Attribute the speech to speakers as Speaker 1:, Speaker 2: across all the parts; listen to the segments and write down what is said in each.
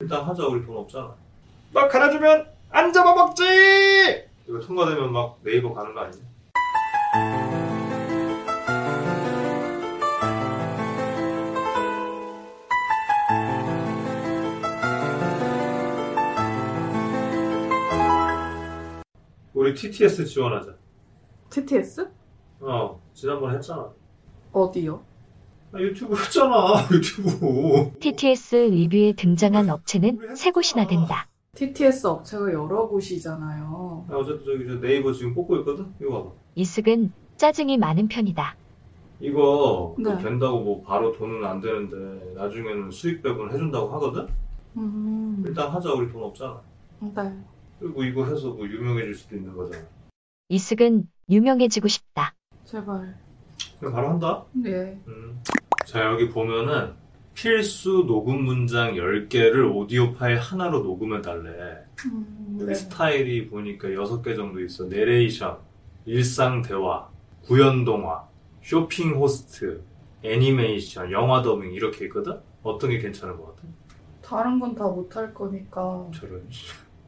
Speaker 1: 일단 하자 우리 돈 없잖아
Speaker 2: 막 갈아주면 안 잡아먹지!
Speaker 1: 이거 통과되면 막 네이버 가는 거 아니야? 우리 TTS 지원하자
Speaker 3: TTS?
Speaker 1: 어 지난번에 했잖아
Speaker 3: 어디요?
Speaker 1: 아, 유튜브 했잖아 유튜브
Speaker 4: TTS 리뷰에 등장한 업체는 세 곳이나 된다.
Speaker 3: TTS 업체가 여러 곳이잖아요.
Speaker 1: 아, 어쨌든 저기 저 네이버 지금 뽑고 있거든 이거 봐봐
Speaker 4: 이승은 짜증이 많은 편이다.
Speaker 1: 이거
Speaker 3: 네.
Speaker 1: 된다고 뭐 바로 돈은 안 되는데 나중에는 수익 배분 해준다고 하거든
Speaker 3: 음,
Speaker 1: 일단 하자 우리 돈 없잖아
Speaker 3: 네.
Speaker 1: 그리고 이거 해서 뭐 유명해질 수도 있는 거잖아
Speaker 4: 이승은 유명해지고 싶다.
Speaker 3: 제발.
Speaker 1: 그냥 바로 한다
Speaker 3: 예.
Speaker 1: 음. 자 여기 보면은 필수 녹음 문장 10개를 오디오 파일 하나로 녹음해 달래
Speaker 3: 음,
Speaker 1: 여기
Speaker 3: 네.
Speaker 1: 스타일이 보니까 6개 정도 있어 내레이션, 일상 대화, 구연 동화, 쇼핑 호스트, 애니메이션, 영화 더빙 이렇게 있거든 어떤 게 괜찮은 것 같아?
Speaker 3: 다른 건 다 못할 거니까
Speaker 1: 저런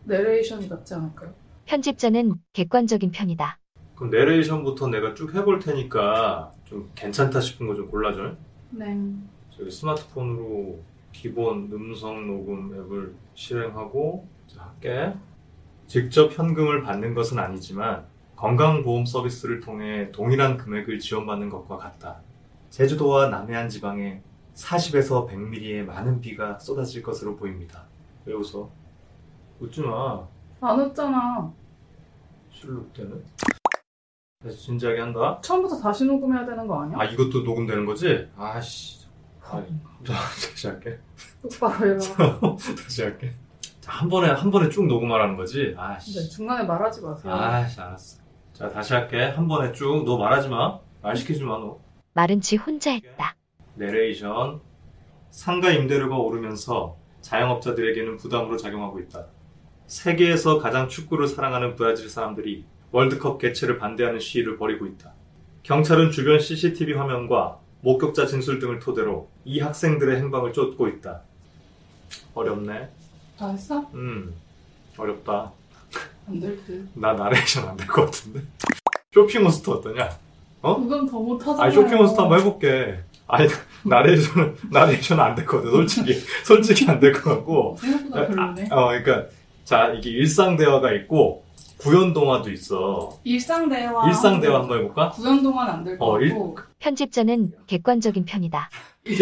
Speaker 3: 내레이션이 낫지 않을까요?
Speaker 4: 편집자는 객관적인 편이다.
Speaker 1: 그럼 내레이션부터 내가 쭉 해볼 테니까 좀 괜찮다 싶은 거 좀 골라줘.
Speaker 3: 네.
Speaker 1: 저기 스마트폰으로 기본 음성 녹음 앱을 실행하고 자, 할게. 직접 현금을 받는 것은 아니지만 건강보험 서비스를 통해 동일한 금액을 지원받는 것과 같다. 제주도와 남해안 지방에 40에서 100mm의 많은 비가 쏟아질 것으로 보입니다. 왜 웃어? 웃지 마.
Speaker 3: 안 웃잖아.
Speaker 1: 술로 웃대는? 다시 진지하게 한다.
Speaker 3: 처음부터 다시 녹음해야 되는 거 아니야?
Speaker 1: 아 이것도 녹음되는 거지? 아씨 아, 자, 다시 할게
Speaker 3: 똑바로 해라.
Speaker 1: 다시 할게 자, 한 번에 한 번에 쭉 녹음하라는 거지? 아씨
Speaker 3: 네, 중간에 말하지 마세요.
Speaker 1: 아씨 알았어 자 다시 할게 한 번에 쭉 너 말하지 마말 시키지 마너
Speaker 4: 말은 지 혼자 했다.
Speaker 1: 내레이션 상가 임대료가 오르면서 자영업자들에게는 부담으로 작용하고 있다 세계에서 가장 축구를 사랑하는 브라질 사람들이 월드컵 개최를 반대하는 시위를 벌이고 있다. 경찰은 주변 CCTV 화면과 목격자 진술 등을 토대로 이 학생들의 행방을 쫓고 있다. 어렵네.
Speaker 3: 다 했어?
Speaker 1: 음, 어렵다.
Speaker 3: 안될 듯.
Speaker 1: 나 나레이션 안 될 것 같은데. 쇼핑몬스터 어떠냐?
Speaker 3: 그건 더 못하잖아.
Speaker 1: 아니, 쇼핑몬스터 한번 해볼게. 아니, 나레이션은, 나레이션 안 될 것 같아. 솔직히. 솔직히 안 될 것 같고.
Speaker 3: 생각보다 별로네.
Speaker 1: 어, 그러니까, 자, 이게 일상 대화가 있고, 구연 동화도 있어.
Speaker 3: 일상 대화.
Speaker 1: 일상 대화 한번 해볼까?
Speaker 3: 구연 동안 안 될 거
Speaker 1: 어, 일-
Speaker 3: 같고
Speaker 4: 편집자는 객관적인 편이다.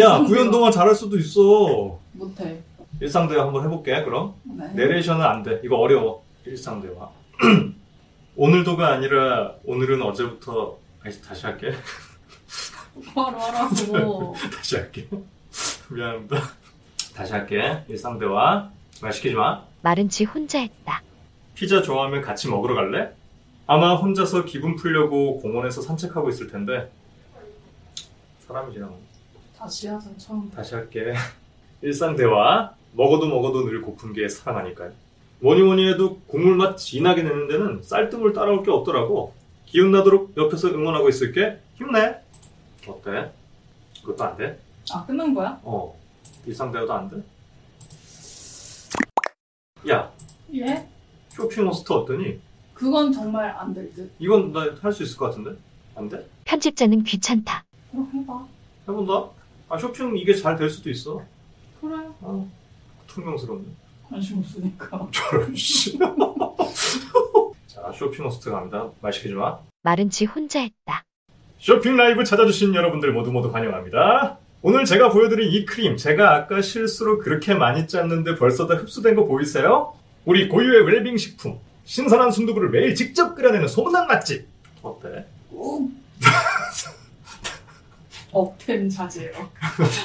Speaker 1: 야, 구연 동화 잘할 수도 있어.
Speaker 3: 못해.
Speaker 1: 일상 대화 한번 해볼게, 그럼.
Speaker 3: 네.
Speaker 1: 내레이션은 안 돼. 이거 어려워. 일상 대화. 오늘도가 아니라, 오늘은 어제부터, 아니, 다시 할게.
Speaker 3: 똑바로 하라고.
Speaker 1: 다시 할게. 미안합니다. 다시 할게. 일상 대화. 말 시키지 마.
Speaker 4: 말은 지 혼자 했다.
Speaker 1: 피자 좋아하면 같이 먹으러 갈래? 아마 혼자서 기분 풀려고 공원에서 산책하고 있을 텐데 사람이 지나
Speaker 3: 다시 하자 처음.
Speaker 1: 다시 할게 일상 대화 먹어도 먹어도 늘 고픈 게 사랑하니까요 뭐니 뭐니 해도 국물 맛 진하게 내는 데는 쌀뜨물 따라올 게 없더라고 기운 나도록 옆에서 응원하고 있을게 힘내 어때? 그것도 안 돼?
Speaker 3: 아 끝난 거야?
Speaker 1: 어 일상 대화도 안 돼? 야
Speaker 3: 예?
Speaker 1: 쇼핑 호스트 어떠니?
Speaker 3: 그건 정말 안 될 듯.
Speaker 1: 이건 나 할 수 있을 것 같은데? 안 돼?
Speaker 4: 편집자는 귀찮다.
Speaker 3: 그럼 해봐.
Speaker 1: 해본다? 아, 쇼핑 이게 잘 될 수도 있어.
Speaker 3: 그래.
Speaker 1: 아, 통명스럽네.
Speaker 3: 관심 없으니까.
Speaker 1: 저런, 씨. 자, 쇼핑 호스트 갑니다. 말 시키지 마.
Speaker 4: 말은 지 혼자 했다.
Speaker 1: 쇼핑 라이브 찾아주신 여러분들 모두 모두 환영합니다. 오늘 제가 보여드린 이 크림, 제가 아까 실수로 그렇게 많이 짰는데 벌써 다 흡수된 거 보이세요? 우리 고유의 웰빙 식품, 신선한 순두부를 매일 직접 끓여내는 소문난 맛집. 어때?
Speaker 3: 오. 억텐 자제요.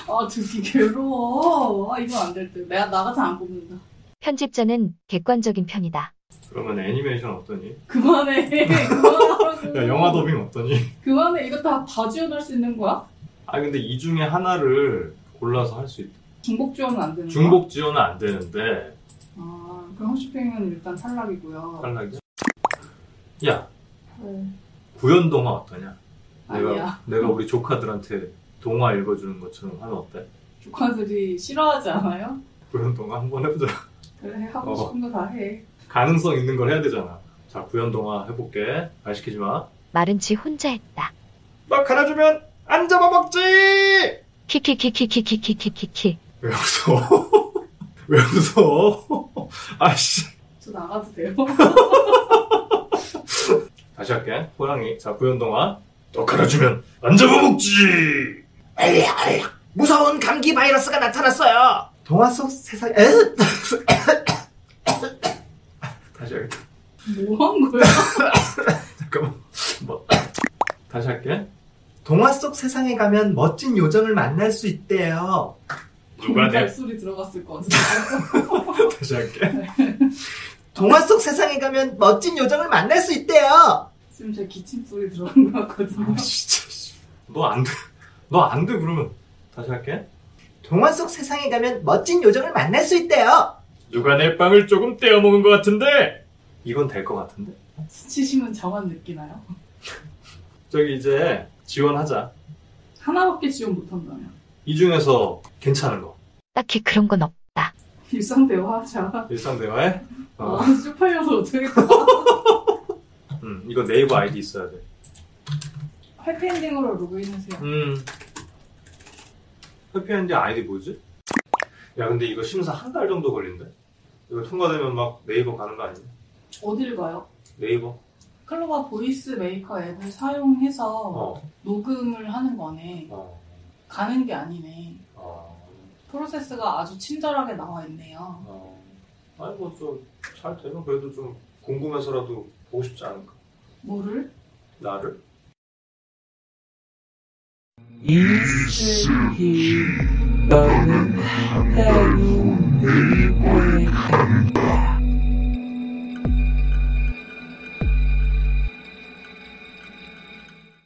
Speaker 3: 아 듣기 괴로워. 아 이건 안 될 듯. 내가 나 같아 안 뽑는다.
Speaker 4: 편집자는 객관적인 편이다.
Speaker 1: 그러면 애니메이션 어떠니?
Speaker 3: 그만해. 그만하라고.
Speaker 1: 야, 영화 더빙 어떠니?
Speaker 3: 그만해. 이거 다 다 지원할 수 있는 거야?
Speaker 1: 아 근데 이 중에 하나를 골라서 할 수 있다.
Speaker 3: 중복 지원은 안 되는 거야?
Speaker 1: 중복 지원은 안 되는데
Speaker 3: 아 그럼 홈쇼핑은 일단 탈락이고요.
Speaker 1: 탈락이야? 야
Speaker 3: 네.
Speaker 1: 구연 동화 어떠냐? 내가
Speaker 3: 아니야.
Speaker 1: 내가 우리 조카들한테 동화 읽어주는 것처럼 하면 어때?
Speaker 3: 조카들이 싫어하지 않아요?
Speaker 1: 구연동화 한번 해보자.
Speaker 3: 그래
Speaker 1: 어.
Speaker 3: 하고 싶은 거 다 해.
Speaker 1: 가능성 있는 걸 해야 되잖아. 자, 구연동화 해볼게. 말 시키지 마.
Speaker 4: 말은 지 혼자 했다.
Speaker 2: 막 갈아주면 안 잡아먹지!
Speaker 4: 키키키키키키키키키키.
Speaker 1: 왜 무서워? 왜 무서워? 아씨.
Speaker 3: 저 나가도 돼요?
Speaker 1: 다시 할게. 호랑이. 자, 구연동화.
Speaker 2: 또
Speaker 1: 갈아주면 안 잡아먹지!
Speaker 2: 알약, 알약. 무서운 감기 바이러스가 나타났어요.
Speaker 1: 동화 속 세상에. 에? 다시 할게.
Speaker 3: 뭐 한 거야?
Speaker 1: 잠깐만. 뭐. 다시 할게. 동화 속 세상에 가면 멋진 요정을 만날 수 있대요. 누가 내
Speaker 3: 발소리 들어갔을 것 같은데.
Speaker 1: 다시 할게. 동화 속 세상에 가면 멋진 요정을 만날 수 있대요.
Speaker 3: 지금 제 기침 소리 들어간 것 같거든요.
Speaker 1: 아 진짜. 너 안 돼. 너 안 돼 그러면. 다시 할게. 동화 속 세상에 가면 멋진 요정을 만날 수 있대요.
Speaker 2: 누가 내 빵을 조금 떼어 먹은 것 같은데?
Speaker 1: 이건 될 것 같은데.
Speaker 3: 스치심은 저만 느끼나요?
Speaker 1: 저기 이제 지원하자.
Speaker 3: 하나밖에 지원 못한다며.
Speaker 1: 이 중에서 괜찮은 거.
Speaker 4: 딱히 그런 건 없다.
Speaker 3: 일상 대화하자.
Speaker 1: 일상 대화에. 어.
Speaker 3: 아, 쪽팔려서 어쩌겠다.
Speaker 1: 음, 이거 네이버 아이디 있어야 돼.
Speaker 3: 해피엔딩으로 로그인하세요.
Speaker 1: 음. 해피엔딩 아이디 뭐지? 야, 근데 이거 심사 한 달 정도 걸린대. 이거 통과되면 막 네이버 가는 거 아니야?
Speaker 3: 어디를 가요?
Speaker 1: 네이버?
Speaker 3: 클로바 보이스 메이커 앱을 사용해서
Speaker 1: 어.
Speaker 3: 녹음을 하는 거네.
Speaker 1: 어.
Speaker 3: 가는 게 아니네.
Speaker 1: 어.
Speaker 3: 프로세스가 아주 친절하게 나와 있네요.
Speaker 1: 어. 아니, 뭐 좀 잘 되면 그래도 좀 궁금해서라도 보고 싶지 않을까?
Speaker 3: 뭐를?
Speaker 1: 나를?
Speaker 5: 이슬기 너는 하루 네이버에 간다